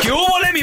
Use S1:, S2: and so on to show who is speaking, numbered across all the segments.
S1: ¿Qué hubo, le, mi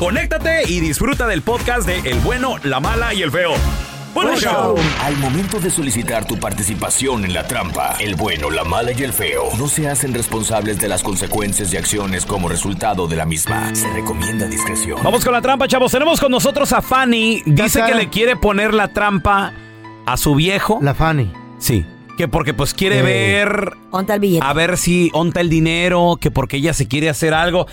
S1: conéctate y disfruta del podcast de El bueno, la mala y el feo. Bueno, show.
S2: Al momento de solicitar tu participación en la trampa, el bueno, la mala y el feo no se hacen responsables de las consecuencias y acciones como resultado de la misma. Se recomienda discreción.
S1: Vamos con la trampa, chavos. Tenemos con nosotros a Fanny. Dice que le quiere poner la trampa a su viejo.
S3: La Fanny.
S1: Sí. Que porque pues quiere
S3: Eh.
S1: ver,
S4: Ponte el billete.
S1: a ver si onta el dinero, que porque ella se quiere hacer algo.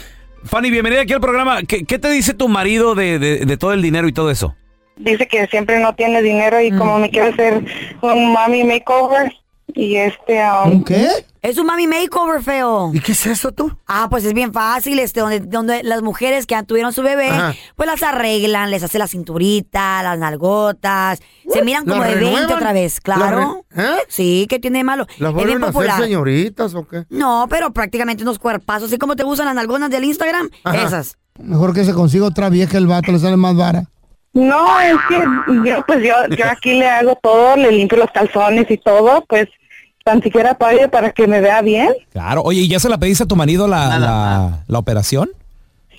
S1: Fanny, bienvenida aquí al programa. ¿Qué, qué te dice tu marido de, de- de todo el dinero y todo eso?
S5: dice que siempre no tiene dinero y
S6: Mm.
S5: como me quiere hacer un mami makeover y este um,
S3: ¿Qué?
S4: Es un mami makeover feo.
S3: ¿Y qué es eso tú?
S4: Ah, pues es bien fácil, este, donde, donde las mujeres que tuvieron su bebé,
S3: Ajá.
S4: pues las arreglan, les hace la cinturita, las nalgotas, se miran como
S3: ¿Las
S4: de 20
S3: renuevan?
S4: otra vez, claro.
S3: ¿Las re- eh?
S4: Sí, ¿qué tiene de malo?
S3: ¿Las
S4: es bien
S3: vuelven a hacer
S4: popular.
S3: señoritas o qué?
S4: No, pero prácticamente unos cuerpazos, así como te usan las nalgonas del Instagram,
S3: Ajá.
S4: esas.
S7: Mejor que se consiga otra vieja, el vato le sale más vara.
S5: no es que yo pues yo yo aquí le hago todo le limpio los calzones y todo pues tan siquiera pague para que me vea bien
S6: Claro. Oye, ¿y ya se la pediste a tu marido la, la, la operación?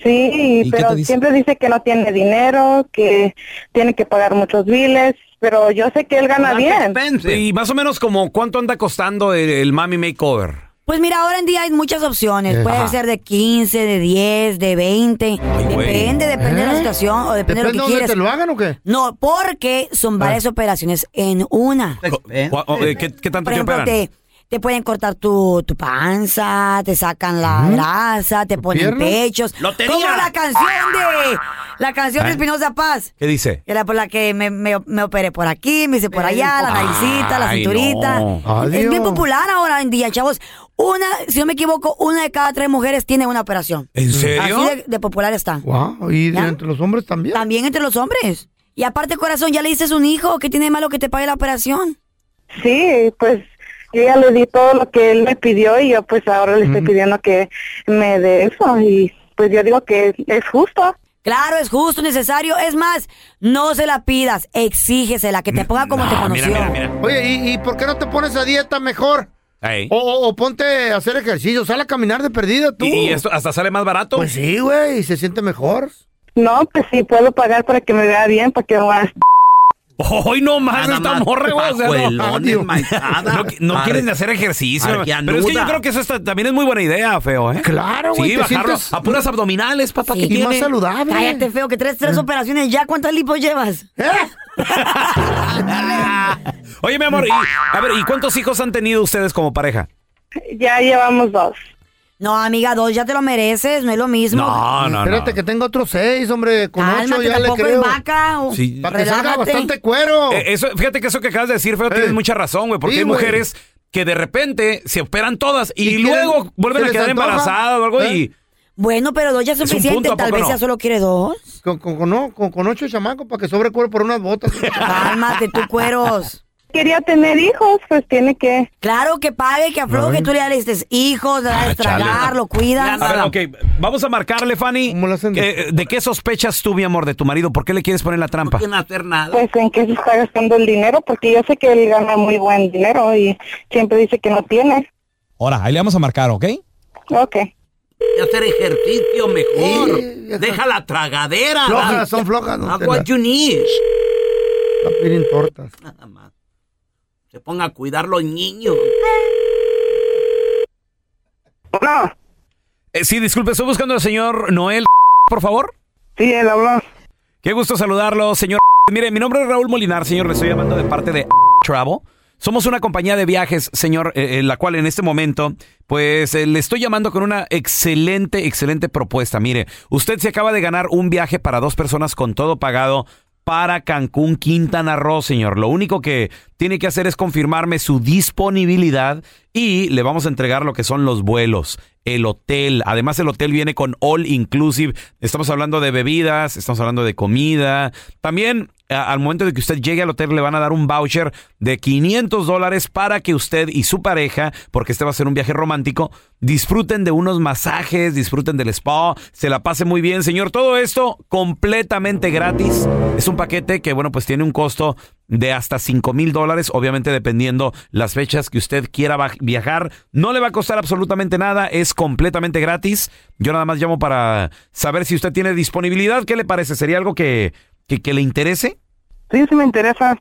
S5: sí
S6: ¿Y qué
S5: pero
S6: te dice?
S5: siempre dice que no tiene dinero que tiene que pagar muchos biles pero yo sé que él
S6: Ah,
S5: gana bien
S1: Y más o menos como cuánto anda costando el, el mami makeover.
S4: Pues mira, ahora en día hay muchas opciones.
S3: Eh.
S4: Puede
S1: Ajá.
S4: ser de 15, de 10, de 20.
S1: güey.
S4: depende, depende de la
S3: ¿Eh?
S4: situación o
S3: ¿Depende
S4: depende, de lo que
S3: dónde
S4: quieres.
S3: te lo hagan o qué? Ah.
S4: No, porque son varias operaciones en una.
S1: Co- cua- o- eh, ¿Qué, qué tanto
S4: Por
S1: te
S4: ejemplo,
S1: operan?
S4: te, te pueden cortar tu, tu panza, te sacan la grasa, te ponen
S3: pierna?
S4: pechos.
S1: ¡Lotería!
S4: Como la canción de la canción de Espinosa Paz.
S1: ¿Qué dice?
S4: Que era por la que me, me- me operé por aquí, me hice por allá, la naricita, la
S1: Ay,
S4: cinturita.
S1: no.
S4: Es
S3: Adiós.
S4: bien popular ahora en día, chavos. Una, si no me equivoco, una de cada tres mujeres tiene una operación.
S1: ¿En serio?
S4: Así de, de popular está.
S3: Wow, y
S4: ¿Ya?
S3: entre los hombres también.
S4: También entre los hombres. Y aparte, corazón, ya le dices un hijo, ¿qué tiene de malo que te pague la operación?
S5: Sí, pues yo ya le di todo lo que él me pidió y yo pues ahora le estoy
S6: Mm.
S5: pidiendo que me dé eso y pues yo digo que es justo.
S4: Claro, es justo, necesario. Es más, no se la pidas, exígesela, que te ponga como te
S1: Ah,
S4: conoció.
S1: mira, mira, mira.
S3: Oye, ¿y, y por qué no te pones a dieta mejor?
S1: Ey.
S3: O, o- o ponte a hacer ejercicio, sal a caminar de perdida tú.
S1: ¿Y, y esto hasta sale más barato?
S3: Pues sí, güey, se siente mejor.
S5: No, pues sí puedo pagar para que me vea bien, para que no hagas-
S1: ¡Hoy no más
S8: Nada
S1: esta
S8: más
S1: morra, güey! O sea, no,
S8: pajuelones,
S1: no-
S8: maizada.
S1: no, no
S8: Ar-
S1: quieren hacer ejercicio. güey.
S8: arqueanuda.
S1: Pero es que yo creo que eso está- también es muy buena idea, feo, ¿eh?
S3: Claro, güey,
S1: Sí,
S3: te
S1: bajarlo
S3: sientes-
S1: a puras abdominales, papá,
S4: Sí.
S1: que
S3: Y más
S1: tiene.
S3: saludable. Eh.
S4: Cállate, feo, que tres, tres operaciones ya. ¿Cuántas lipos llevas?
S1: Oye, mi amor, y, a ver, ¿y cuántos hijos han tenido ustedes como pareja?
S5: Ya llevamos dos.
S4: No, amiga, dos ya te lo mereces, no es lo mismo.
S1: No, no,
S3: Espérate que tengo otros seis, hombre. Con ocho
S4: Cálmate,
S3: ya le
S4: tampoco
S3: creo.
S4: es vaca. o-
S1: Sí.
S3: Para que salga
S4: relájate.
S3: bastante cuero.
S1: Eh, eso, fíjate que eso que acabas de decir, Feo, tienes mucha razón, güey, porque
S3: Sí,
S1: hay
S3: güey.
S1: mujeres que de repente se operan todas y,
S3: ¿Y
S1: luego
S3: quieren-
S1: vuelven
S3: se les
S1: a quedar
S3: antoja?
S1: embarazadas o algo
S3: ¿Eh?
S1: y...
S4: Bueno, pero dos ya es
S1: un punto,
S4: suficiente.
S1: ¿a
S4: Tal
S1: poco
S4: vez
S1: no?
S4: ya solo quiere dos.
S3: Con, con- con- no, con- con ocho chamacos para que sobre cuero por unas botas.
S4: Cálmate, tú cueros.
S5: Quería tener hijos, pues tiene que...
S4: Claro que pague, que afloje, tú le das hijos, le das
S1: Ah,
S4: de tragar,
S1: chale.
S4: lo cuidas.
S1: A ver, ok, vamos a marcarle, Fanny.
S3: ¿Cómo lo hacen?
S1: Eh, eh, ¿De qué sospechas tú, mi amor, de tu marido? ¿Por qué le quieres poner la trampa?
S5: Pues en qué se está gastando el dinero, porque yo sé que él gana muy buen dinero y siempre dice que no tiene.
S6: Ahora, ahí le vamos a marcar, ¿ok?
S5: Ok.
S8: hacer ejercicio mejor.
S3: Sí, ya está.
S8: Deja la tragadera.
S4: Ah,
S3: flojas, son flojas. No
S8: That's
S3: te
S8: what you need.
S3: no piden tortas.
S8: Nada más. Se ponga a cuidar los niños.
S5: No,
S1: Eh, sí, disculpe, estoy buscando al señor Noel, por favor.
S5: sí, él habló.
S1: Qué gusto saludarlo, señor. Mire, mi nombre es Raúl Molinar, señor. Le estoy llamando de parte de Travel. Somos una compañía de viajes, señor, eh, eh, la cual en este momento, pues eh, le estoy llamando con una excelente, excelente propuesta. Mire, usted se acaba de ganar un viaje para dos personas con todo pagado para Cancún, Quintana Roo, señor. Lo único que tiene que hacer es confirmarme su disponibilidad y le vamos a entregar lo que son los vuelos, el hotel. Además, el hotel viene con all inclusive. Estamos hablando de bebidas, estamos hablando de comida. También a- al momento de que usted llegue al hotel le van a dar un voucher de 500 dólares para que usted y su pareja, porque este va a ser un viaje romántico, disfruten de unos masajes, disfruten del spa, se la pase muy bien, señor. Todo esto completamente gratis. Es un paquete que, bueno, pues tiene un costo de hasta 5 mil dólares, obviamente dependiendo las fechas que usted quiera va- viajar. No le va a costar absolutamente nada, es completamente gratis. Yo nada más llamo para saber si usted tiene disponibilidad. ¿Qué le parece? ¿Sería algo que, que, que le interese?
S5: Sí, sí me interesa.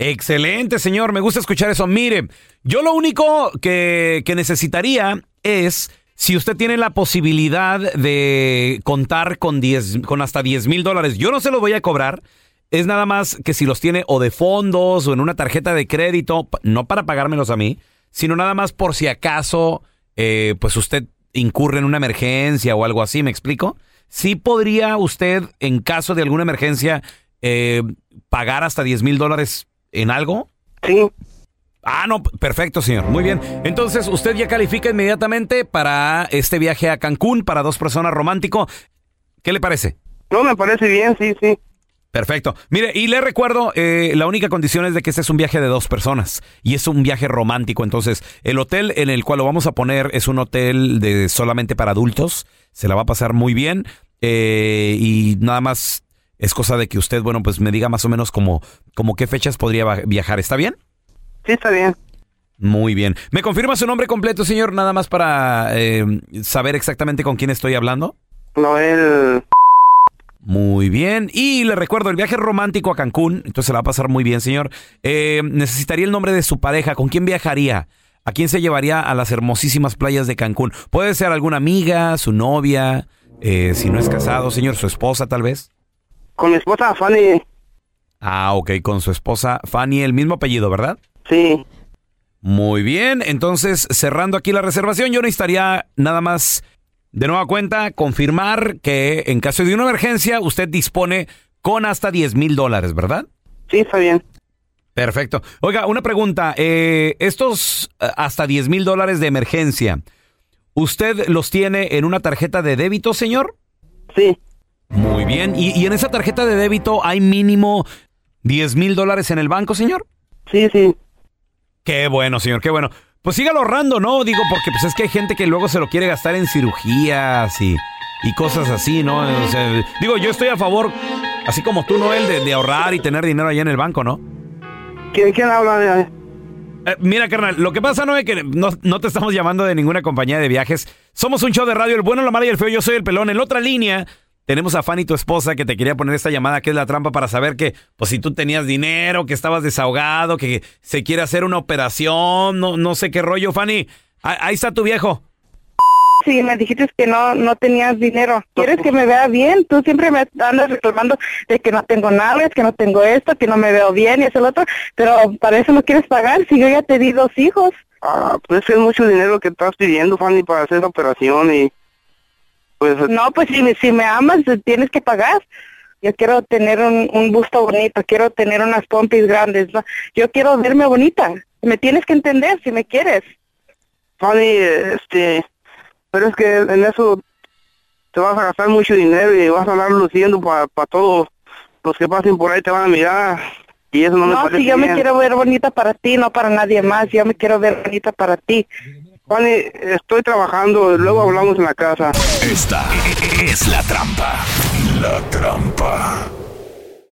S1: Excelente, señor. Me gusta escuchar eso. Mire, yo lo único que, que necesitaría es si usted tiene la posibilidad de contar con, 10 con hasta 10 mil dólares. Yo no se los voy a cobrar. Es nada más que si los tiene o de fondos o en una tarjeta de crédito, p- no para pagármelos a mí, sino nada más por si acaso, eh, pues usted incurre en una emergencia o algo así, ¿me explico? Sí podría usted, en caso de alguna emergencia, eh, pagar hasta 10 mil dólares en algo?
S5: Sí,
S1: Ah, no, perfecto, señor. Muy bien. Entonces, usted ya califica inmediatamente para este viaje a Cancún para dos personas romántico. ¿Qué le parece?
S5: no me parece bien, sí, sí.
S1: Perfecto. Mire, y le recuerdo, eh, la única condición es de que este es un viaje de dos personas y es un viaje romántico. Entonces, el hotel en el cual lo vamos a poner es un hotel de solamente para adultos. Se la va a pasar muy bien eh, y nada más es cosa de que usted, bueno, pues me diga más o menos como, como qué fechas podría va- viajar. ¿Está bien?
S5: Sí, está bien.
S1: Muy bien. ¿Me confirma su nombre completo, señor? Nada más para eh, saber exactamente con quién estoy hablando.
S5: Noel.
S1: Muy bien. Y le recuerdo el viaje romántico a Cancún. Entonces se la va a pasar muy bien, señor. Eh, necesitaría el nombre de su pareja. ¿Con quién viajaría? ¿A quién se llevaría a las hermosísimas playas de Cancún? Puede ser alguna amiga, su novia, eh, si no es casado, señor, su esposa tal vez.
S5: Con mi esposa Fanny.
S1: Ah, ok, con su esposa Fanny, el mismo apellido, ¿verdad?
S5: Sí.
S1: Muy bien, entonces cerrando aquí la reservación, yo necesitaría nada más de nueva cuenta confirmar que en caso de una emergencia usted dispone con hasta 10 mil dólares, ¿verdad?
S5: Sí, está bien.
S1: Perfecto. Oiga, una pregunta, eh, estos eh, hasta 10 mil dólares de emergencia, ¿usted los tiene en una tarjeta de débito, señor?
S5: Sí.
S1: Muy bien, ¿y, y en esa tarjeta de débito hay mínimo 10 mil dólares en el banco, señor?
S5: Sí, sí.
S1: Qué bueno, señor, qué bueno. Pues sígalo ahorrando, ¿no? Digo, porque pues es que hay gente que luego se lo quiere gastar en cirugías y, y cosas así, ¿no? O sea, digo, yo estoy a favor, así como tú, Noel, de, de ahorrar y tener dinero allá en el banco, ¿no?
S5: ¿Quién, quién habla? de-
S1: Eh, mira, carnal, lo que pasa, no es que no, no te estamos llamando de ninguna compañía de viajes. Somos un show de radio, el bueno, la mala y el feo. Yo soy el pelón. En la otra línea tenemos a Fanny, tu esposa, que te quería poner esta llamada, que es la trampa para saber que, pues, si tú tenías dinero, que estabas desahogado, que se quiere hacer una operación, no, no sé qué rollo, Fanny. Ah, Ahí está tu viejo.
S5: Sí, me dijiste que no, no tenías dinero. ¿Quieres que me vea bien? Tú siempre me andas reclamando de que no tengo nalgas, que no tengo esto, que no me veo bien y eso lo otro. Pero para eso no quieres pagar si yo ya te di dos hijos.
S9: Ah, pues es mucho dinero que estás pidiendo, Fanny, para hacer esa operación y... Pues...
S5: No, pues si, me- si me amas, eh, tienes que pagar. Yo quiero tener un, un busto bonito, quiero tener unas pompis grandes. ¿no? Yo quiero verme bonita. Me tienes que entender si me quieres.
S9: Fanny, este, pero es que en eso te vas a gastar mucho dinero y vas a andar luciendo para todos los que pasen por ahí te van a mirar y eso no, me
S5: No,
S9: parece
S5: si yo me
S9: bien.
S5: quiero ver bonita para ti, no para nadie más. Yo me quiero ver bonita para ti.
S9: Fanny, estoy trabajando, luego hablamos en la casa.
S2: Esta es la trampa. La trampa.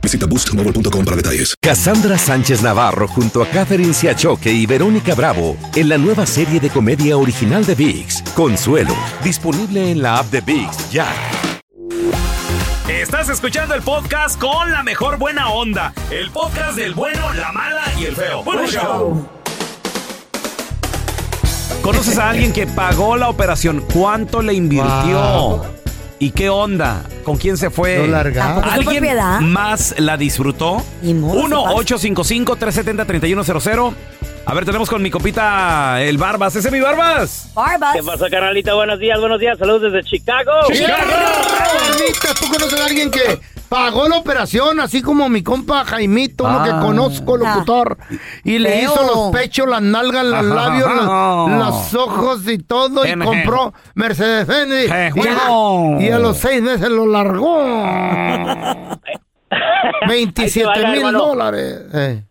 S10: Visita boostmobile.com para detalles.
S11: Cassandra Sánchez Navarro junto a Catherine Siachoque y Verónica Bravo en la nueva serie de comedia original de VIX, Consuelo, disponible en la app de VIX ya.
S1: Estás escuchando el podcast con la mejor buena onda. El podcast del bueno, la mala y el feo. Bueno, show. ¿Conoces a alguien que pagó la operación? ¿Cuánto le invirtió?
S6: Wow.
S1: ¿Y qué onda? ¿Con quién se fue?
S6: Lo largaron.
S4: ¿Tampoco fue por
S1: ¿Alguien
S4: piedad?
S1: más la disfrutó?
S4: modo, se pasa.
S1: 1-855-370-3100. A ver, tenemos con mi copita el Barbas. ¿Ese es mi Barbas?
S4: Barbas.
S12: ¿Qué pasa, carnalita? Buenos días, buenos días. Saludos desde Chicago.
S3: Carnita, ¿tú conoces a alguien que pagó la operación, así como mi compa Jaimito, uno que
S7: Ah.
S3: conozco, locutor? Y le
S7: Feo.
S3: hizo los pechos, las nalgas, los
S7: Ajá.
S3: labios, los, los ojos y todo, y
S7: Ven, eh.
S3: compró Mercedes-Benz. y- Y, a-
S7: Jejuelo.
S3: y a los seis meses lo largó.
S12: Ahí
S3: 27
S12: te va,
S3: mil
S12: hermano.
S3: dólares. Eh.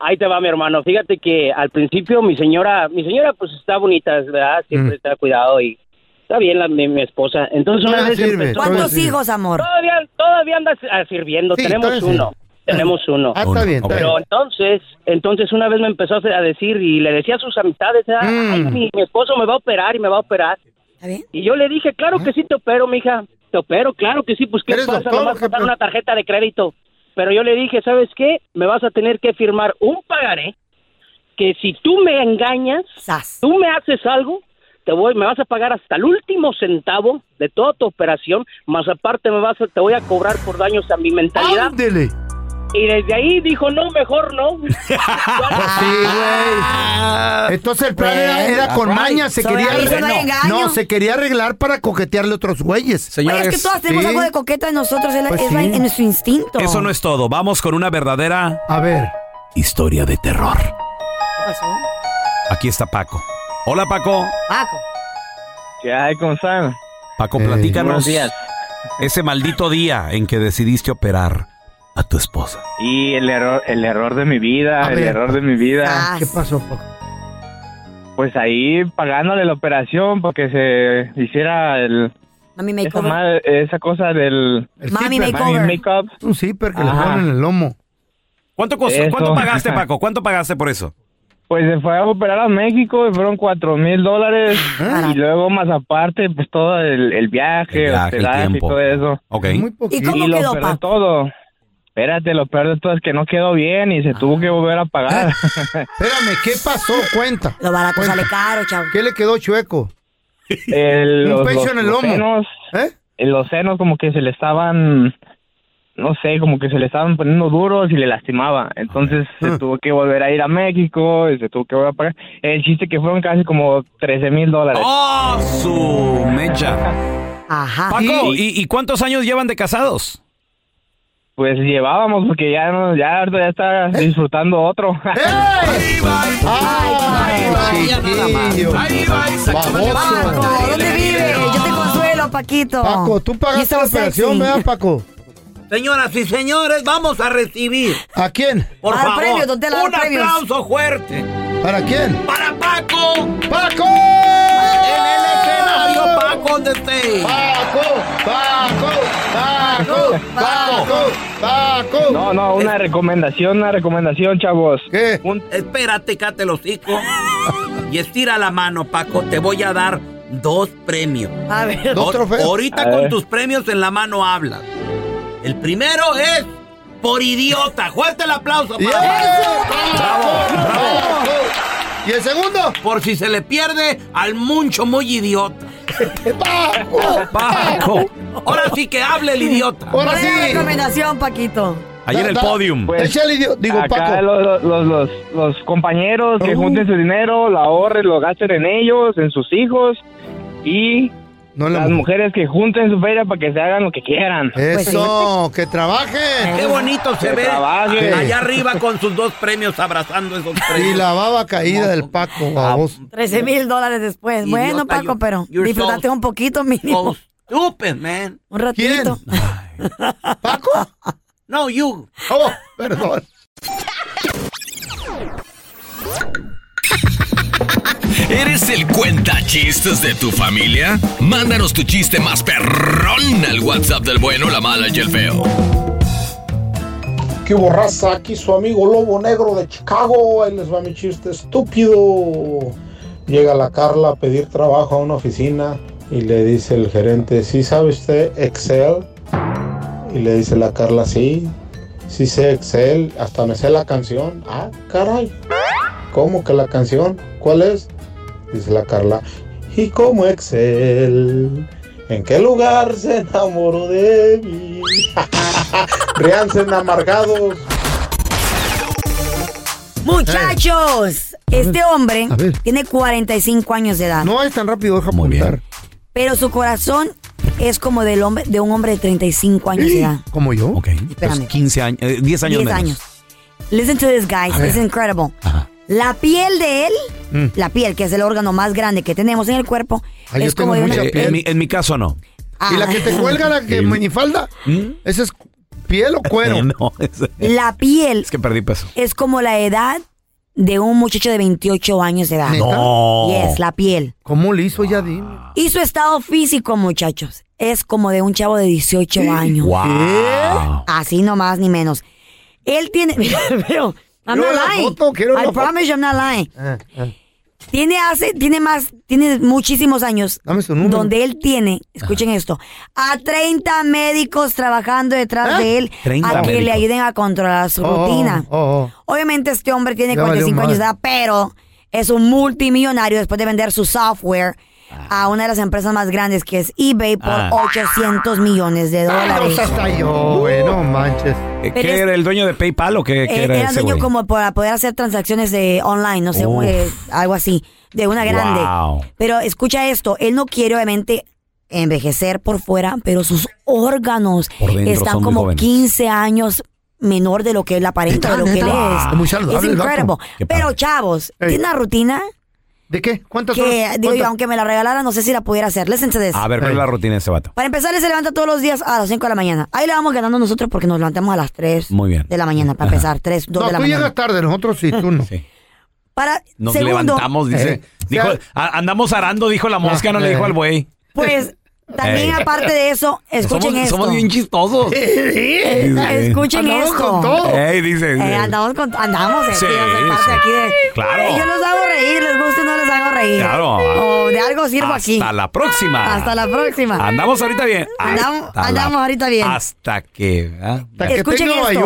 S12: Ahí te va, mi hermano. Fíjate que al principio mi señora, mi señora pues está bonita, ¿verdad?
S4: Mm.
S12: Siempre está cuidado y está bien la, mi, mi esposa. Entonces una
S4: Todavía
S12: vez
S4: sirve,
S12: empezó-
S4: todavía ¿Cuántos sirve. hijos, amor?
S12: Todavía, todavía anda si- ah, sirviendo.
S4: Sí,
S12: Tenemos
S4: todavía sirve.
S12: uno. Tenemos uno.
S4: Ah, está bien, está
S12: Pero
S4: bien.
S12: entonces, entonces una vez me empezó a a decir y le decía a sus amistades, ah,
S4: Mm.
S12: ay, mi, mi esposo me va a operar y me va a operar. Y yo le dije, claro que sí te opero, mija. Te opero, claro que sí, pues ¿qué
S13: ¿Eres
S12: pasa?
S13: doctor,
S12: Nomás
S13: o qué
S12: dar
S13: pe-
S12: una tarjeta de crédito. Pero yo le dije, ¿sabes qué? Me vas a tener que firmar un pagaré que si tú me engañas, tú me haces algo, te voy, me vas a pagar hasta el último centavo de toda tu operación, más aparte me vas a, te voy a cobrar por daños a mi mentalidad.
S3: Ándele.
S12: Y desde ahí dijo, no, mejor no.
S7: Ah.
S3: Entonces el plan era, era con
S12: Right.
S3: maña, se
S12: Soy
S3: quería
S12: ahí, eso no hay
S3: arreglar.
S12: engaño.
S3: No, se quería arreglar para coquetearle a otros güeyes.
S4: Oye, es que todas tenemos algo de coqueto en nosotros, es, la-
S1: Pues
S4: es la- en nuestro instinto.
S1: Eso no es todo. Vamos con una verdadera.
S3: A ver.
S1: Historia de terror.
S4: ¿Qué pasó?
S1: Aquí está Paco. Hola, Paco.
S4: Paco.
S1: ¿Qué hay, ¿Cómo están? Paco, platícanos.
S14: buenos días.
S1: Ese maldito día en que decidiste operar a tu esposa.
S14: Y el error, el error de mi vida, el
S1: ver.
S14: error de mi vida.
S4: Ah,
S3: ¿Qué pasó,
S14: Pues ahí pagándole la operación porque se hiciera el
S4: Mami
S14: esa,
S4: makeover.
S14: ma- esa cosa del
S4: Mami
S14: zipper.
S4: makeover.
S14: Mami makeup.
S3: Un zipper
S1: que le ponen en
S3: el lomo.
S1: ¿Cuánto, costó-
S14: Eso.
S1: ¿Cuánto pagaste, Paco? ¿Cuánto pagaste por eso?
S14: Pues se fue a operar a México y fueron cuatro mil dólares y luego más aparte pues todo el, el viaje,
S1: El viaje, el
S14: hospedaje
S1: tiempo.
S14: y todo eso.
S4: ¿Y cómo
S14: lo
S4: quedó,
S14: peor de
S4: Paco?
S14: todo. Espérate, lo peor de todo es que no quedó bien y se tuvo que volver a pagar.
S3: Espérame, ¿qué pasó? Cuenta.
S4: Lo barato
S3: Cuenta.
S4: sale caro, chavo.
S3: ¿Qué le quedó chueco?
S14: El-
S3: Un
S14: los-
S3: pecho
S14: los-
S3: en el
S14: los
S3: lomo.
S14: senos, eh, Los senos como que se le estaban, no sé, como que se le estaban poniendo duros y le lastimaba. Entonces
S3: Ah.
S14: se tuvo que volver a ir a México y se tuvo que volver a pagar. El chiste que fueron casi como 13 mil dólares.
S1: ¡Oh, su mecha!
S4: Ajá.
S1: Paco, ¿y, y cuántos años llevan de casados?
S14: pues llevábamos porque ya no, ya ahorita ya está
S3: ¿Eh?
S14: disfrutando otro.
S4: Paco, ¿dónde vive? Yo te consuelo, Paquito.
S3: Paco, tú pagaste la operación, ¿verdad, Paco?
S8: Señoras y señores, vamos a recibir.
S3: ¿A quién?
S8: Por
S3: Al
S8: favor,
S3: premio, don Tela, al
S8: un
S3: premio.
S8: aplauso fuerte.
S3: ¿Para quién?
S8: ¡Para Paco!
S3: ¡Paco!
S8: ¡En el escenario, Paco, donde esté!
S3: ¡Paco! ¡Paco! ¡Paco! ¡Paco! ¡Paco!
S14: No, no, una recomendación, una recomendación, chavos.
S3: ¿Qué?
S8: Espérate, cate los hocico. y estira la mano, Paco. Te voy a dar dos premios.
S4: A ver. Dos
S3: trofeos.
S8: Ahorita
S3: A
S8: con
S3: ver.
S8: tus premios en la mano hablas. El primero es por idiota. Fuerte el aplauso, Paco. ¡Bravo, bravo!
S3: ¿Y el segundo?
S8: Por si se le pierde al mucho muy idiota.
S3: ¡Paco!
S8: ¡Paco! Ahora sí que hable el idiota.
S4: ¿Cuál es la recomendación, Paquito?
S1: Ahí en el podium.
S8: Pues,
S3: digo,
S14: pues, acá
S3: Paco. Oh.
S14: Los, los- los, los, los compañeros que junten su dinero, lo ahorren, lo gasten en ellos, en sus hijos y las mujeres que junten su feria para que se hagan lo que quieran.
S3: Eso, que trabajen.
S8: Qué bonito se
S14: Que
S8: ve
S14: trabaje.
S8: allá arriba con sus dos premios abrazando esos premios.
S3: Y la baba caída del
S8: Ah.
S3: Paco, vamos.
S4: 13 mil dólares después.
S8: Idiota,
S4: bueno, Paco,
S8: you-
S4: pero
S8: you're
S4: disfrutaste un poquito mínimo.
S8: Stupid, man.
S4: Un ratito.
S8: No, you.
S3: Oh, perdón.
S2: ¿Eres el cuenta chistes de tu familia? Mándanos tu chiste más perrón al WhatsApp del bueno, la mala y el feo.
S13: ¿Qué borraza? Aquí su amigo Lobo Negro de Chicago. Él les va mi chiste estúpido. Llega la Carla a pedir trabajo a una oficina y le dice el gerente, ¿sí sabe usted Excel? Y le dice la Carla, sí, sí sé Excel, hasta me sé la canción. Ah, caray. ¿Cómo que la canción? ¿Cuál es? Dice la Carla, ¿y cómo Excel? ¿En qué lugar se enamoró de mí? Rianse amargados.
S4: Muchachos, este hombre
S3: Eh. a ver.
S4: tiene 45 años de edad,
S3: No es tan rápido, deja apuntar.
S4: pero su corazón es como del hombre, de un hombre de 35 años de edad.
S3: ¿Como yo? Ok.
S4: Espérame.
S1: 15 Pues años, eh, 10 años
S4: 10
S1: menos.
S4: años. Listen to this, guys.
S1: A ver.
S4: It's incredible. La piel de él,
S1: Mm.
S4: la piel, que es el órgano más grande que tenemos en el cuerpo,
S1: Ah, yo
S4: es
S1: tengo
S4: como de
S1: mucha
S4: una...
S1: piel. En, mi, en mi caso no.
S4: Ah.
S3: ¿Y la que te cuelga, la que
S1: Mm.
S3: minifalda? ¿Esa es piel o cuero?
S1: no, es,
S4: La piel
S1: es que perdí peso.
S4: es como la edad de un muchacho de 28 años de edad.
S1: ¿Neta? No.
S4: Yes, la piel.
S3: ¿Cómo le hizo ella, dime?
S4: Y su estado físico, muchachos, es como de un chavo de 18 años.
S3: Wow.
S4: Así nomás ni menos. Él tiene. Mira, veo. I'm
S3: Quiero
S4: not
S3: la
S4: lying.
S3: foto, quiero la
S4: I
S3: foto.
S4: promise I'm not lying.
S3: Ah, ah.
S4: Tiene hace, tiene más, tiene muchísimos años.
S3: Dame su número.
S4: Donde él tiene, escuchen esto, a 30 médicos trabajando detrás de él
S3: 30
S4: a que le
S3: ¿Ah? médicos.
S4: ayuden a controlar su
S3: Oh, oh,
S4: rutina.
S3: oh, oh.
S4: Obviamente este hombre tiene
S3: Ya valió
S4: 45 años de
S3: madre.
S4: edad, pero es un multimillonario después de vender su software
S3: Ah.
S4: a una de las empresas más grandes que es eBay por
S1: Ah.
S4: 800 millones de
S3: Ah, No
S4: dólares.
S3: seas
S1: Oh,
S3: yo, güey, no manches.
S1: Eh,
S4: Pero
S1: ¿Qué
S4: es-
S1: era el dueño de PayPal o qué, qué
S4: Eh,
S1: era
S4: era
S1: ese
S4: dueño
S1: güey?
S4: como para poder hacer transacciones de online, no sé,
S1: Uf.
S4: eh, algo así, de una grande.
S1: Wow.
S4: Pero escucha esto, él no quiere obviamente envejecer por fuera, pero sus órganos
S1: Por dentro son
S4: están
S1: muy
S4: como
S1: jóvenes.
S4: 15 años menor de lo que él aparenta, de lo que él es.
S1: Ah,
S3: Es muy saludable
S4: Es
S3: el vato.
S4: incredible.
S3: Qué
S4: Pero chavos,
S3: Ey.
S4: tiene una rutina
S3: ¿De qué? ¿Cuántas
S4: que,
S3: horas?
S4: digo yo,
S3: ¿Cuántas?
S4: aunque me la regalara, no sé si la pudiera hacer. Listen to this.
S1: A ver, ¿cuál es Eh. la rutina de ese vato?
S4: Para empezar, él se levanta todos los días a las 5 de la mañana. Ahí la vamos ganando nosotros porque nos levantamos a las 3
S1: Muy bien.
S4: de la mañana, para
S1: Ajá.
S4: empezar, 3, 2
S3: No,
S4: de la
S3: tú
S4: mañana.
S3: llegas tarde, nosotros sí, tú no.
S4: Para
S1: Nos
S4: segundo,
S1: levantamos, dice.
S3: Eh,
S1: dijo, a- andamos arando, dijo la mosca, no le dijo al buey.
S4: Pues también
S1: Ey.
S4: aparte de eso, escuchen
S1: somos,
S4: esto.
S1: somos bien chistosos.
S4: Escuchen
S1: Andamos
S4: esto.
S1: con todo. Ey, dice,
S4: Eh,
S1: dice.
S4: andamos con andamos, eh,
S1: Sí,
S4: tío, se parte
S1: sí.
S4: aquí de-
S1: Claro.
S4: Eh, yo los hago reír, les gusta o no les hago reír.
S1: Claro.
S4: O de algo sirvo
S1: Hasta
S4: aquí.
S1: la próxima.
S4: Hasta la próxima.
S1: Andamos ahorita bien.
S4: Andamos-
S1: Hasta la-
S4: andamos ahorita bien.
S1: Hasta que. ¿verdad?
S4: Escuchen esto.
S1: Ey.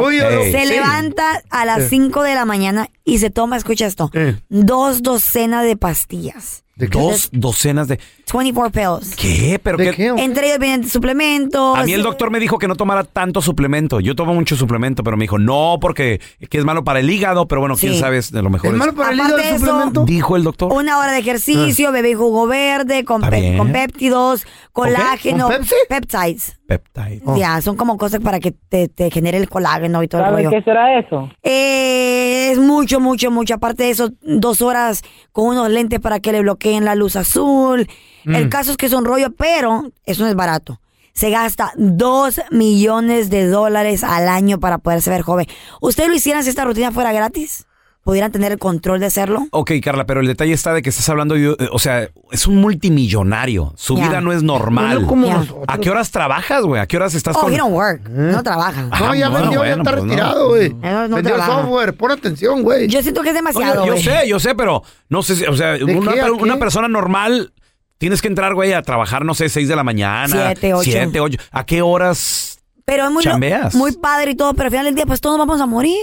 S4: se
S1: Sí.
S4: levanta a
S1: Eh.
S4: las 5 de la mañana y se toma, escucha esto, dos docenas de pastillas.
S1: Dos docenas de.
S4: 24 pills.
S1: ¿Qué? ¿Pero qué?
S4: Entre ellos vienen suplementos.
S1: A mí el doctor me dijo que no tomara tanto suplemento. Yo tomo mucho suplemento, pero me dijo, no, porque que es malo para el hígado, pero bueno, quién
S4: Sí.
S1: sabe, es de lo mejor.
S4: ¿Es malo para el Aparte hígado el de eso, suplemento?
S1: Dijo el doctor.
S4: Una hora de ejercicio, bebé y jugo verde, con,
S1: Está
S4: pe-
S1: bien.
S4: con péptidos, colágeno,
S1: ¿Con Pepsi?
S4: peptides. Ya, son como cosas para que te, te genere el colágeno y todo el
S15: ¿Saben
S4: rollo.
S15: qué será eso?
S4: Eh, es mucho, mucho, mucho. Aparte de eso, dos horas con unos lentes para que le bloqueen la luz azul.
S15: Mm.
S4: El caso es que es un rollo, pero eso no es barato. Se gasta dos millones de dólares al año para poderse ver joven. ¿Ustedes lo hicieran si esta rutina fuera gratis? ¿Pudieran tener el control de hacerlo?
S1: Ok, Carla, pero el detalle está de que estás hablando, yo, eh, o sea, es un multimillonario. Su
S4: Ya.
S1: vida no es normal.
S4: No como Ya. nosotros.
S1: ¿A qué horas trabajas, güey? ¿A qué horas estás
S4: oh,
S1: con...? ¿Eh?
S4: he don't work. No trabaja.
S1: Ah, No, ya bueno, vendió, ya bueno, está pues no. retirado,
S3: güey.
S4: No, no
S3: Vendió
S4: trabaja.
S3: software, pon atención, güey.
S4: Yo siento que es
S1: No, yo-
S4: demasiado,
S1: yo,
S4: güey.
S1: sé, yo sé, pero no sé, si- o sea, una,
S4: qué, a
S1: per- una
S4: qué?
S1: persona normal tienes que entrar, güey, a trabajar, no sé, 6 de la mañana.
S4: Siete, ocho.
S1: siete, ocho. ¿A qué horas
S4: Pero es muy,
S1: chambeas?
S4: muy padre y todo, pero al final del día, pues todos vamos a morir.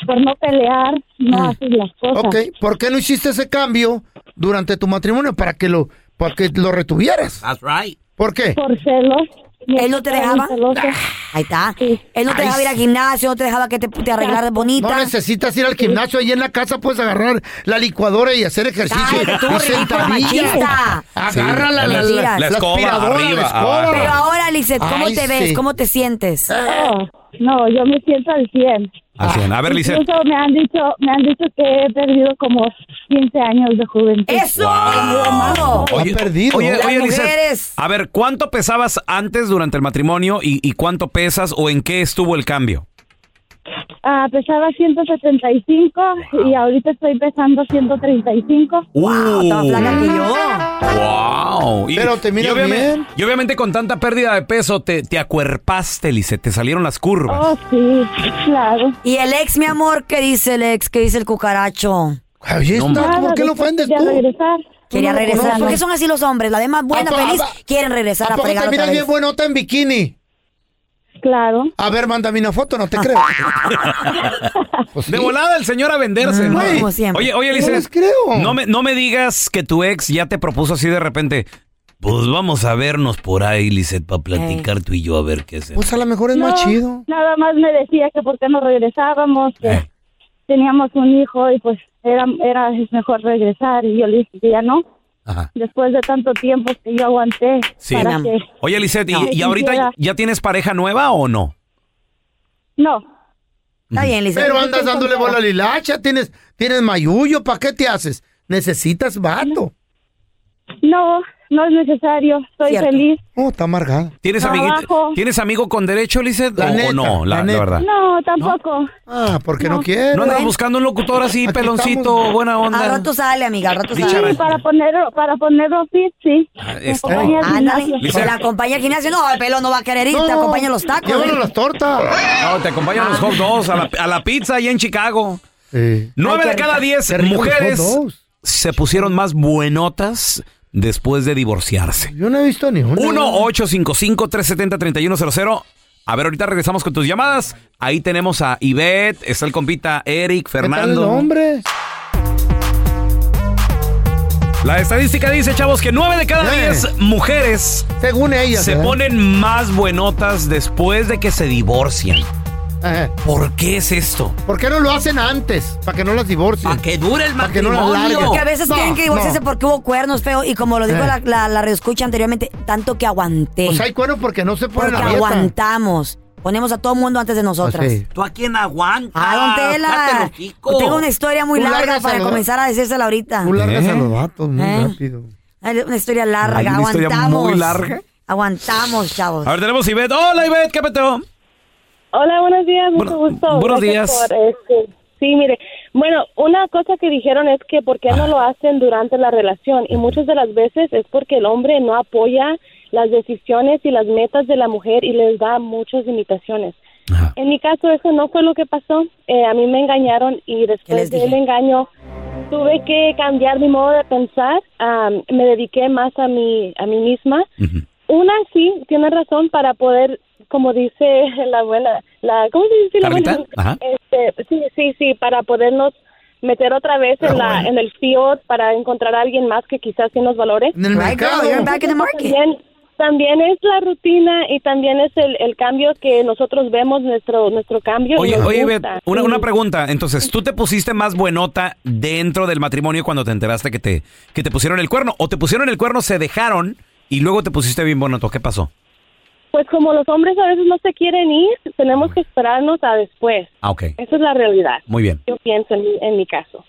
S16: por no pelear no
S4: Mm.
S16: haces las cosas.
S3: Ok, ¿por qué no hiciste ese cambio durante tu matrimonio para que lo, para que lo retuvieras?
S8: That's right.
S3: ¿Por qué?
S16: Por celos.
S4: ¿Él no te dejaba? Ah, Ahí está. Él no te
S3: Ay,
S4: dejaba ir al gimnasio, no te dejaba que te, te arreglaras bonita.
S3: No necesitas ir al gimnasio, ahí en la casa puedes agarrar la licuadora y hacer ejercicio.
S4: Cállate, tú,
S3: y
S4: ridículo machista.
S3: Agarra la, la, la,
S4: Mentiras.
S3: la aspiradora, la escoba.
S4: Pero ahora, Lizeth, ¿cómo
S16: Ay,
S4: te ves?
S16: sí.
S4: ¿Cómo te sientes?
S16: No, no, yo me siento al 100.
S1: Al cien. A ver, Lisette.
S16: Incluso me han dicho, me han dicho que he perdido como 15 años de juventud.
S4: ¡Eso!
S1: Oye, Oye,
S4: Las
S1: oye, Lisette,
S4: mujeres.
S1: a ver, ¿cuánto pesabas antes durante el matrimonio y, y cuánto pesas o en qué estuvo el cambio?
S16: Ah, pesaba 175 y ahorita estoy pesando 135.
S1: ¡Wow!
S16: Ah, estaba
S1: Uh.
S16: flaca que yo.
S1: ¡Wow!
S3: Pero te miras
S1: y obviamente,
S3: bien.
S1: y obviamente con tanta pérdida de peso te, te acuerpaste, Lisette, te salieron las curvas.
S16: Oh, sí, claro.
S4: Y el ex, mi amor, ¿qué dice el ex? ¿Qué dice el cucaracho?
S3: Oye,
S1: No, está,
S3: ¿por qué lo ofendes tú?
S4: Quería
S3: no lo
S4: regresar.
S3: conoces.
S4: ¿Por qué son así los hombres? La de más buena,
S3: Ah, pa-
S4: feliz,
S3: ah,
S4: quieren regresar a,
S3: ¿A poco
S4: fregar
S3: te
S4: otra
S3: miras bien
S4: vez.
S3: buenota en bikini?
S16: Claro.
S3: A ver, mándame una foto, no
S4: Ah.
S3: te creo.
S1: De volada el señor a venderse.
S3: Mm,
S1: ¿no?
S3: Güey,
S4: como siempre.
S1: Oye, oye,
S3: no
S1: Lisette,
S3: les creo.
S1: No, me, no me digas que tu ex ya te propuso así de repente. Pues vamos a vernos por ahí, Lisette, para platicar tú y yo a ver qué hacemos.
S3: Pues a lo mejor es
S16: No,
S3: más chido.
S16: Nada más me decía que por qué no regresábamos, que teníamos un hijo y pues era, era es mejor regresar. Y yo le dije que ya no.
S1: Ajá.
S16: Después de tanto tiempo que yo aguanté.
S1: Sí.
S16: Para que,
S1: Oye, Lisette, ¿y,
S16: No.
S1: y ahorita ya tienes pareja nueva o no?
S16: no.
S4: Está bien, Lisette.
S3: Pero andas dándole bola a la hilacha, tienes, tienes mayullo, ¿para qué te haces? Necesitas vato.
S16: No, no es necesario, estoy feliz.
S3: Oh, está amargada.
S1: ¿Tienes,
S16: Trabajo.
S1: amiguito- ¿Tienes amigo con derecho, Lizeth?
S16: La
S1: o, o
S16: neta,
S1: no? La,
S3: la
S1: la
S3: neta.
S1: verdad.
S16: No, tampoco.
S3: Ah, porque no, quiere.
S1: ¿No andas buscando un locutor así, peloncito, buena onda?
S4: Al rato sale, amiga, al rato
S1: Sí,
S4: sale.
S1: Dichara.
S16: para poner para ponerlo fit, sí.
S1: Me está-
S16: acompaña al
S4: Ándale,
S16: gimnasio.
S1: Lisa.
S4: la acompaña al gimnasio. No, el pelo no va a querer ir, te acompaña a los tacos.
S3: Llévalo a las tortas.
S1: No, te acompañan los hot dogs a la, a la pizza allá en Chicago. Nueve
S3: Ay, qué
S1: de cada
S3: rico-
S1: diez
S3: qué rico los
S1: mujeres
S3: hot dogs.
S1: se pusieron más buenotas después de divorciarse.
S3: Yo no he visto ni una.
S1: 1-855-370-3100. A ver, ahorita regresamos con tus llamadas. Ahí tenemos a Ivette, está el compita Eric, Fernando.
S3: hombre?
S1: La estadística dice, chavos, que 9 de cada 10 mujeres
S3: Eh. Según ellas,
S1: se
S3: ¿eh?
S1: ponen más buenotas después de que se divorcian. ¿Por qué es esto?
S3: ¿Por qué no lo hacen antes? Para que no las divorcien. Para
S1: que dure el
S3: Para que no las
S4: Porque
S3: larguen.
S4: a veces
S3: No,
S4: tienen que divorciarse
S3: no.
S4: porque hubo cuernos feos. Y como lo dijo
S3: Eh.
S4: la, la, la reescucha anteriormente, tanto que aguanté.
S3: Pues hay cuernos porque no se ponen
S4: porque
S3: a dieta.
S4: aguantamos. Ponemos a todo el mundo antes de nosotras.
S3: Ah, sí.
S8: ¿Tú a quién aguantas?
S4: Ah, don Tela. Pues
S8: Cállate el hocico.
S4: Tengo una historia muy
S8: Tú
S4: larga
S8: largas a
S4: para
S8: los-
S4: comenzar a decírsela ahorita.
S3: Tú largas a los vatos muy
S4: ¿Eh?
S3: rápido.
S4: Hay Una historia larga.
S1: Hay una historia
S4: aguantamos.
S1: muy larga.
S4: Aguantamos, chavos.
S1: A ver, tenemos a Ivette. Hola, Ivette, ¿qué peteo?
S17: Hola, buenos días, mucho gusto.
S1: buenos días.
S17: por, este, sí, mire, bueno, una cosa que dijeron es que por qué no lo hacen durante la relación y muchas de las veces es porque el hombre no apoya las decisiones y las metas de la mujer y les da muchas limitaciones. En mi caso eso no fue lo que pasó. Eh, a mí me engañaron y después
S18: les
S17: del
S18: dije?
S17: engaño tuve que cambiar mi modo de pensar. am, me dediqué más a mí a mí misma. Una sí tiene razón para poder, como dice la abuela, la ¿cómo se dice la
S1: ¿Carlita?
S17: abuela?
S1: Ajá.
S17: Este, sí, sí, sí, para podernos meter otra vez en la en el field para encontrar a alguien más que quizás sí nos valore.
S4: el Right, mercado. girl, you're back in the market.
S17: También, también es la rutina y también es el, el cambio que nosotros vemos nuestro nuestro cambio. y
S1: Oye,
S17: nos
S1: oye, Ivette,
S17: gusta.
S1: una, una pregunta. Entonces, ¿tú te pusiste más buenota dentro del matrimonio cuando te enteraste que te, que te pusieron el cuerno? ¿O te pusieron el cuerno, se dejaron y luego te pusiste bien buenoto? ¿Qué pasó?
S17: Pues como los hombres a veces no se quieren ir, tenemos que esperarnos a después.
S1: Ah, ok.
S17: Esa es la realidad.
S1: Muy bien.
S17: Yo pienso en mi- en mi caso.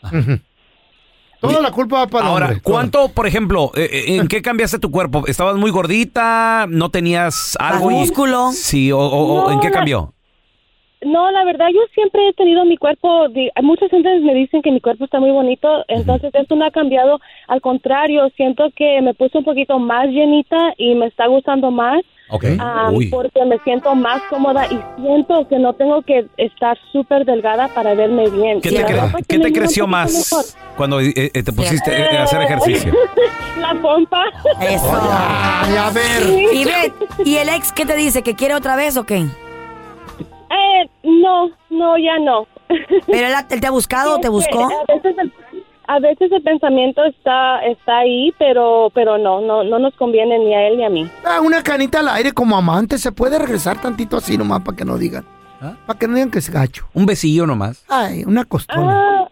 S3: Toda la culpa va para el
S1: Ahora,
S3: hombre.
S1: ¿cuánto, por ejemplo, eh, eh, en qué cambiaste tu cuerpo? ¿Estabas muy gordita? ¿No tenías algo?
S17: Bajó
S1: y-
S17: músculo.
S1: Sí, o, o- o
S17: No,
S1: ¿en qué
S17: la-
S1: cambió?
S17: No, la verdad, yo siempre he tenido mi cuerpo. di- Muchas veces me dicen que mi cuerpo está muy bonito, entonces esto no ha cambiado. Al contrario, siento que me puse un poquito más llenita y me está gustando más.
S1: Ok.
S17: ah,
S1: Uy.
S17: porque me siento más cómoda y siento que no tengo que estar súper delgada para verme bien.
S1: ¿Qué
S17: Y
S1: te,
S17: la
S1: cre-
S17: ropa
S1: qué
S17: que me
S1: te
S17: mira un
S1: creció
S17: poquito mejor.
S1: más cuando eh, eh, te pusiste eh, a hacer ejercicio?
S17: La pompa.
S4: Eso.
S3: a ver.
S4: Y ve, ¿y el ex qué te dice? ¿Que quiere otra vez o qué?
S17: Eh, no, no, ya no.
S4: ¿Pero él, él te ha buscado o te buscó?
S17: A veces el, a veces el pensamiento está está ahí, pero pero no, no no nos conviene ni a él ni a mí.
S3: Ah, una canita al aire como amante. Se puede regresar tantito así nomás para que no digan.
S1: ¿Ah?
S3: Para que no digan que es gacho.
S1: Un besillo nomás.
S3: Ay, una costona.
S17: Ah,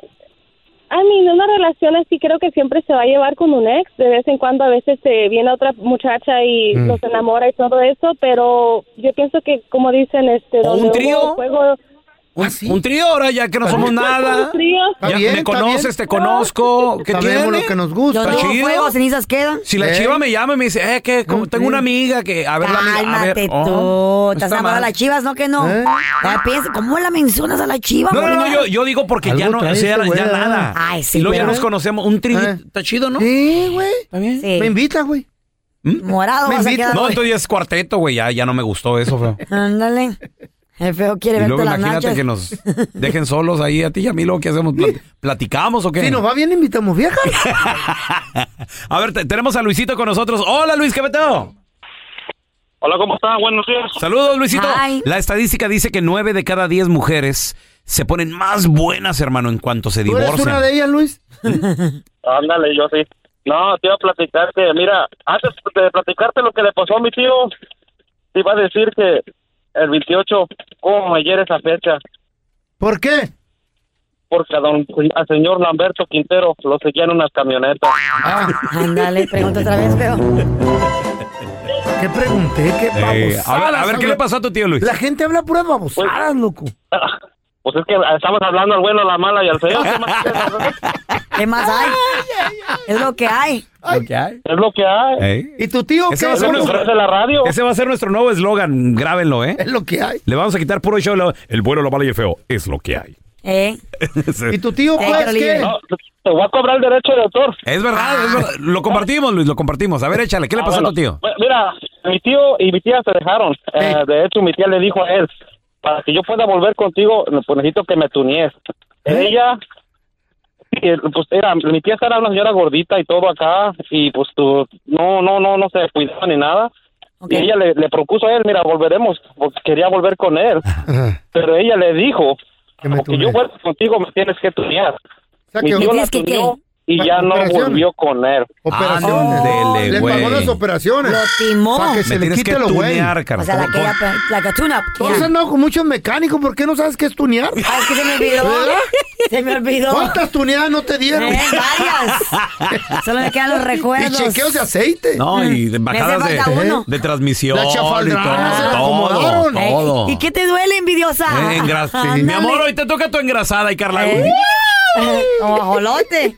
S17: a mí en una relación así creo que siempre se va a llevar con un ex, de vez en cuando a veces se viene otra muchacha y
S19: Mm.
S17: los enamora y todo eso, pero yo pienso que como dicen este
S1: ¿O un
S17: donde hubo
S1: trío?
S17: fuego-
S1: Un, un trío ahora, ya que no somos nada.
S17: Trío.
S1: Ya me conoces, te conozco. ¿Qué
S3: Sabemos
S1: tiene?
S3: lo que nos gusta.
S1: Pues, ¿Está
S3: Yo
S4: No,
S1: chido?
S4: fuego, cenizas quedan.
S1: Si la
S4: Eh.
S1: chiva me llama y me dice, eh, que como tengo una amiga que. A ver, la amiga. A ver,
S4: Cálmate
S1: oh,
S4: tú. Estás
S1: está
S4: enamorado de
S1: mal. Eh.
S4: las chivas, ¿no? Que no. Ya piensa, ¿Cómo la mencionas a la chiva?
S1: No, no, no,
S4: morena?
S1: yo, yo digo porque ya
S4: Algo
S1: no,
S4: trae
S1: o sea,
S4: este
S1: ya,
S4: güey, ¿Eh? ¿verdad?
S1: nada.
S4: Ay, sí,
S1: Y luego ya
S4: güey.
S1: nos conocemos. Un trío está chido, ¿no?
S3: Eh. Sí, güey.
S1: Está bien. ¿Mm?
S3: Me invita, güey.
S4: Morado
S3: Me
S4: vas a
S3: invita.
S4: quedar.
S1: No, entonces ya es cuarteto, güey. Ya, ya no me gustó eso, feo.
S4: Ándale. El feo
S1: Y
S4: quiere
S1: luego
S4: verte las
S1: imagínate
S4: nachas.
S1: que nos dejen solos ahí a ti y a mí. Luego, ¿qué hacemos? ¿Plat- ¿Platicamos o qué?
S3: Si nos va bien, invitamos viejas.
S1: A ver, te- tenemos a Luisito con nosotros. Hola, Luis, ¿qué peteo?
S20: Hola, ¿cómo está? Buenos días.
S1: Saludos, Luisito.
S20: Hi.
S1: La estadística dice que nueve de cada diez mujeres se ponen más buenas, hermano, en cuanto se
S3: ¿Tú eres una
S1: divorcian.
S3: de ellas, Luis?
S20: Ándale, yo sí. No, te iba a platicar que, mira, antes de platicarte lo que le pasó a mi tío, te iba a decir que el 28, ¿cómo me hiere esa fecha?
S3: ¿Por qué?
S20: Porque a don, al señor Lamberto Quintero lo seguían unas camionetas.
S3: Ah.
S4: Ándale, pregunta otra vez, feo.
S3: ¿Qué pregunté? ¿Qué
S20: Eh,
S3: babosadas?
S20: a ver- a ver, ¿qué
S3: habla?
S20: le pasó a tu tío Luis?
S3: La gente habla puras babosadas, loco.
S20: Pues es que estamos hablando al bueno, a la mala y al feo.
S4: ¿Qué más hay? Es lo que hay.
S1: Lo que hay.
S20: Es lo que hay.
S3: ¿Y tu tío
S1: Eh. Ese
S3: qué?
S1: va a ser
S3: ¿Cómo?
S1: nuestro- Ese va a ser nuestro nuevo eslogan. Grábenlo, ¿eh?
S3: Es lo que hay.
S1: Le vamos a quitar puro show. lo- El bueno, lo malo y el feo. Es lo que hay.
S4: ¿Eh?
S1: Ese-
S3: ¿Y tu tío, pues, qué?
S20: No, te voy a cobrar el derecho de autor.
S1: Es verdad, es verdad. Lo compartimos, Luis, lo compartimos. A ver, échale. ¿Qué le
S20: Ah,
S1: pasó a
S20: bueno.
S1: tu tío?
S20: Bueno, Mira, mi tío y mi tía se dejaron. Eh, de hecho, mi tía le dijo a él, para que yo pueda volver contigo, pues necesito que me tunees. Ella, eh, pues era, mi tía era una señora gordita y todo acá, y pues tú, no, no, no, no se cuidaba ni nada. Y ella le, le propuso a él, mira, volveremos, porque quería volver con él. Pero ella le dijo, porque yo vuelvo contigo, me tienes que tunear.
S3: sea,
S20: mi
S3: que-
S20: tío la
S3: ¿Tienes que qué?
S20: tuneó y ya no
S3: Operaciones.
S20: volvió con él.
S3: Operaciones.
S1: Ándele,
S3: le Ah, pagó
S1: güey.
S3: las operaciones.
S4: Lo timó.
S3: Para que
S4: Me
S3: se le
S1: tienes
S3: quite
S1: que
S3: lo güey.
S1: tunear, carnal. O sea, la que ya
S4: La cachuna.
S3: Tú has andado con muchos mecánicos, ¿por qué no sabes qué es tunear? ¿Eh?
S4: Ah, es que se me olvidó. Se me olvidó.
S3: ¿Cuántas tuneadas no te dieron?
S4: Eh, varias. Solo me quedan los recuerdos.
S3: Y chequeos de aceite.
S1: No, y de bajadas
S4: Mm. Me hace falta
S1: de,
S4: uno.
S1: de transmisión.
S3: La chafaldrana
S1: y
S3: se la
S1: todo,
S3: acomodaron.
S1: Todo,
S4: ¿Y qué te duele, envidiosa?
S1: Eh, engras-
S4: Ándale.
S1: Mi amor, hoy te toca tu engrasada y Carla.
S4: ¡Ojolote!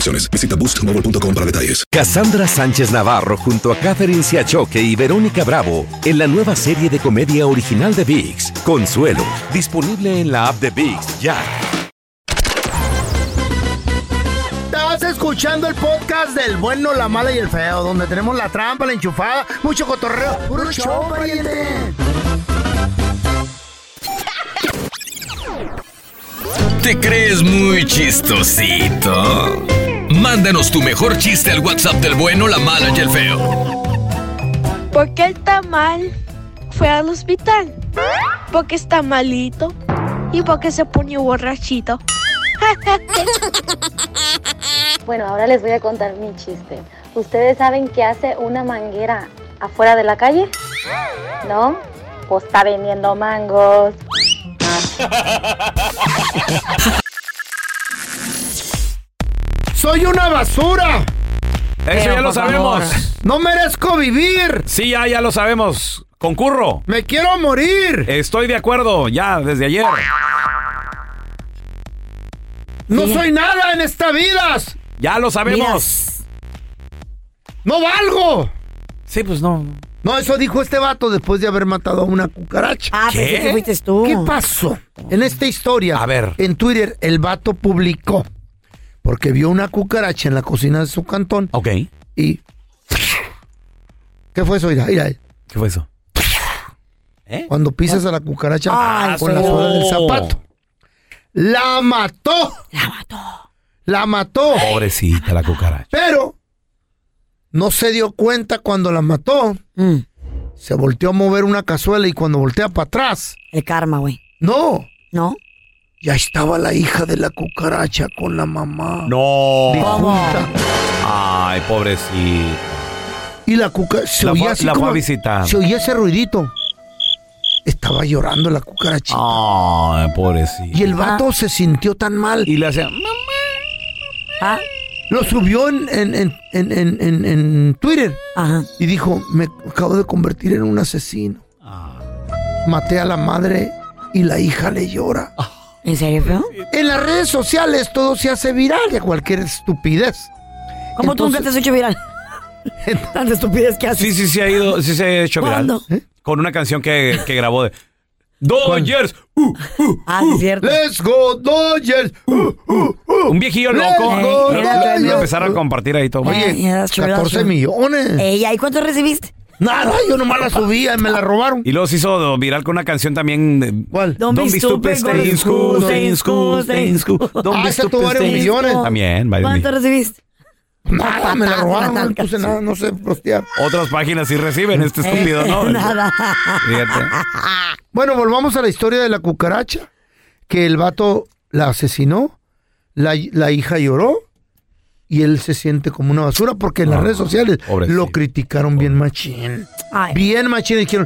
S10: Visita boostmobile.com para detalles.
S11: Cassandra Sánchez Navarro junto a Catherine Siachoque y Verónica Bravo en la nueva serie de comedia original de VIX, Consuelo, disponible en la app de VIX ya.
S3: Estás escuchando el podcast del bueno, la mala y el feo, donde tenemos la trampa, la enchufada, mucho cotorreo. ¡Puro show, pariente!
S2: ¿Te crees muy chistosito? Mándanos tu mejor chiste al WhatsApp del bueno, la mala y el feo.
S21: ¿Por qué el tamal fue al hospital? Porque está malito y porque se puso borrachito.
S18: Bueno, ahora les voy a contar mi chiste. ¿Ustedes saben qué hace una manguera afuera de la calle? ¿No? Pues está vendiendo mangos.
S3: ¡Soy una basura!
S1: Eso ya lo
S3: por
S1: sabemos.
S3: favor. ¡No merezco vivir!
S1: Sí, ya, ya lo sabemos. Concurro.
S3: ¡Me quiero morir!
S1: Estoy de acuerdo, ya, desde ayer.
S3: ¡No soy nada en esta vida!
S1: Ya lo sabemos.
S3: ¡No valgo!
S1: Sí, pues no.
S3: No, eso dijo este vato después de haber matado a una cucaracha.
S4: Ah,
S3: ¿Qué?
S4: pensé que fuiste tú.
S3: ¿Qué pasó? En esta historia, a ver. en Twitter, el vato publicó porque vio una cucaracha en la cocina de su cantón.
S1: Ok.
S3: Y. ¿Qué fue eso? Mira, mira.
S1: ¿Qué fue eso? ¿Eh?
S3: Cuando pisas a la cucaracha
S1: Ay,
S3: Ah, con la
S1: feo.
S3: suela del zapato. ¡La mató! ¡La mató! ¡La mató!
S1: Pobrecita la cucaracha.
S3: Pero no se dio cuenta cuando la mató.
S4: Mm.
S3: Se volteó a mover una cazuela y cuando voltea para atrás.
S4: El karma, güey.
S3: No.
S4: No.
S3: Ya estaba la hija de la cucaracha con la mamá.
S1: No.
S3: Difunta.
S1: Ay, pobrecita.
S3: Y la cucaracha se
S1: La
S3: oía
S1: fue-
S3: así
S1: la fue
S3: como-
S1: a visitar.
S3: Se oía ese ruidito. Estaba llorando la cucarachita.
S1: Ay, pobrecita.
S3: Y el vato
S4: Ah.
S3: se sintió tan mal.
S1: Y le hacía.
S4: Ah.
S3: Lo subió en, en- en- en- en- en- en Twitter. Y dijo, me acabo de convertir en un asesino. Maté a la madre y la hija le llora.
S4: ¿En serio, feo?
S3: En las redes sociales todo se hace viral y a cualquier estupidez.
S4: ¿Cómo tú nunca te has hecho viral? Tanta estupidez que haces.
S1: Sí, sí, se ha ido, sí se ha hecho viral. ¿Eh?
S4: ¿Cuándo?
S1: Con una canción que, que grabó de Dodgers.
S4: Ah, sí, es cierto.
S3: Let's go, Dodgers. Uh, uh, uh,
S1: Un viejillo
S4: Let's
S1: loco.
S4: go,
S1: Lo- lo-
S4: let's
S1: lo
S4: go.
S1: empezar a compartir ahí todo. Eh.
S4: Eh, yeah, that's true, that's true. Ey, ¿y cuánto recibiste?
S3: Nada, yo nomás la subía, me la robaron.
S1: Y luego se hizo viral con una canción también. de-
S3: ¿Cuál?
S1: Don't, be stupid, stay in school, stay in school, stay in school. Don't
S3: Ah,
S1: be
S3: esa
S1: stupid,
S3: tuvo varios
S1: stay in
S3: millones.
S1: school. También, varios
S4: ¿Cuánto recibiste?
S3: Nada, me la robaron, no le puse nada, no sé prostear.
S1: millones. Otras páginas sí reciben
S3: Eh,
S1: este estúpido, ¿no?
S4: Nada.
S1: Fíjate.
S3: Bueno, volvamos a la historia de la cucaracha, que el vato la asesinó, la, la hija lloró y él se siente como una basura porque en las
S1: Ah,
S3: redes sociales lo criticaron bien machín. Bien machín, dijeron,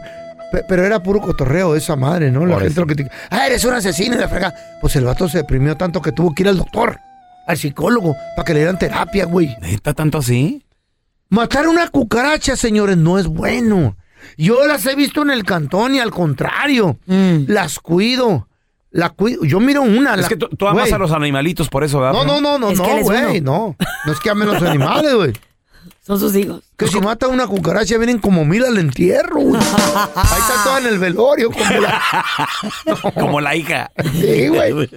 S3: "Pe- pero era puro cotorreo esa madre, ¿no? La gente lo critica. Ah, eres un asesino y la fregada. Pues el vato se deprimió tanto que tuvo que ir al doctor, al psicólogo, para que le dieran terapia, güey.
S1: ¿Está tanto así?
S3: Matar una cucaracha, señores, no es bueno. Yo las he visto en el cantón y al contrario, las cuido. La cuido. Yo miro una.
S1: Mm. Es
S3: la-
S1: que tú, tú amas
S3: güey.
S1: a los animalitos por eso, ¿verdad?
S3: No, no, no, no,
S1: Es que
S3: no,
S1: él es
S3: güey, no. No es que amen los animales, güey.
S4: Son sus hijos.
S3: Que si mata una cucaracha vienen como mil al entierro, güey. Ahí está toda en el velorio, como la...
S1: Como la hija.
S3: Sí, güey.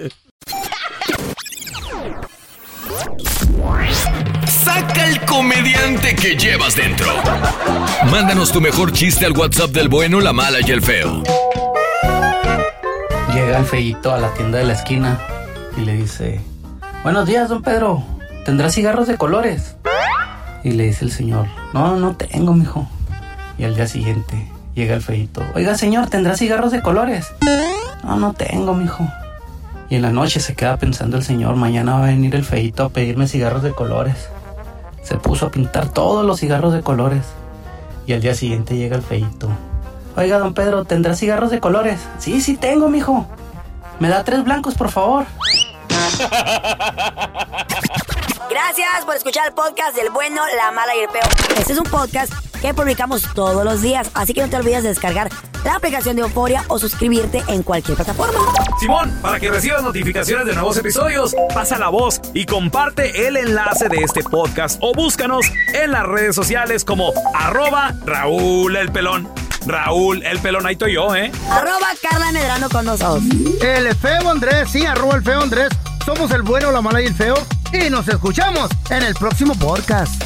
S2: Saca el comediante que llevas dentro. Mándanos tu mejor chiste al WhatsApp del bueno, la mala y el feo.
S22: Llega el feillito a la tienda de la esquina y le dice, buenos días, don Pedro, ¿tendrá cigarros de colores? Y le dice el señor, no, no tengo, mijo. Y al día siguiente llega el feillito, oiga, señor, ¿tendrá cigarros de colores? No, no tengo, mijo. Y en la noche se queda pensando el señor, mañana va a venir el feillito a pedirme cigarros de colores. Se puso a pintar todos los cigarros de colores. Y al día siguiente llega el feillito. Oiga, don Pedro, ¿tendrá cigarros de colores? Sí, sí tengo, mijo. ¿Me da tres blancos, por favor?
S4: Gracias por escuchar el podcast del bueno, la mala y el peo. Este es un podcast que publicamos todos los días, así que no te olvides de descargar la aplicación de Euforia o suscribirte en cualquier plataforma.
S1: Simón, para que recibas notificaciones de nuevos episodios, pasa la voz y comparte el enlace de este podcast o búscanos en las redes sociales como arroba Raúl el Pelón. Raúl el Pelón, ahí estoy yo, ¿eh?
S4: Arroba Carla Medrano con nosotros.
S3: El feo Andrés, sí, arroba el feo Andrés. Somos el bueno, la mala y el feo. Y nos escuchamos en el próximo podcast.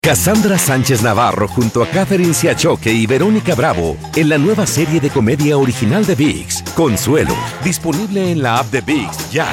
S11: Cassandra Sánchez Navarro junto a Catherine Siachoque y Verónica Bravo en la nueva serie de comedia original de VIX, Consuelo, disponible en la app de VIX ya.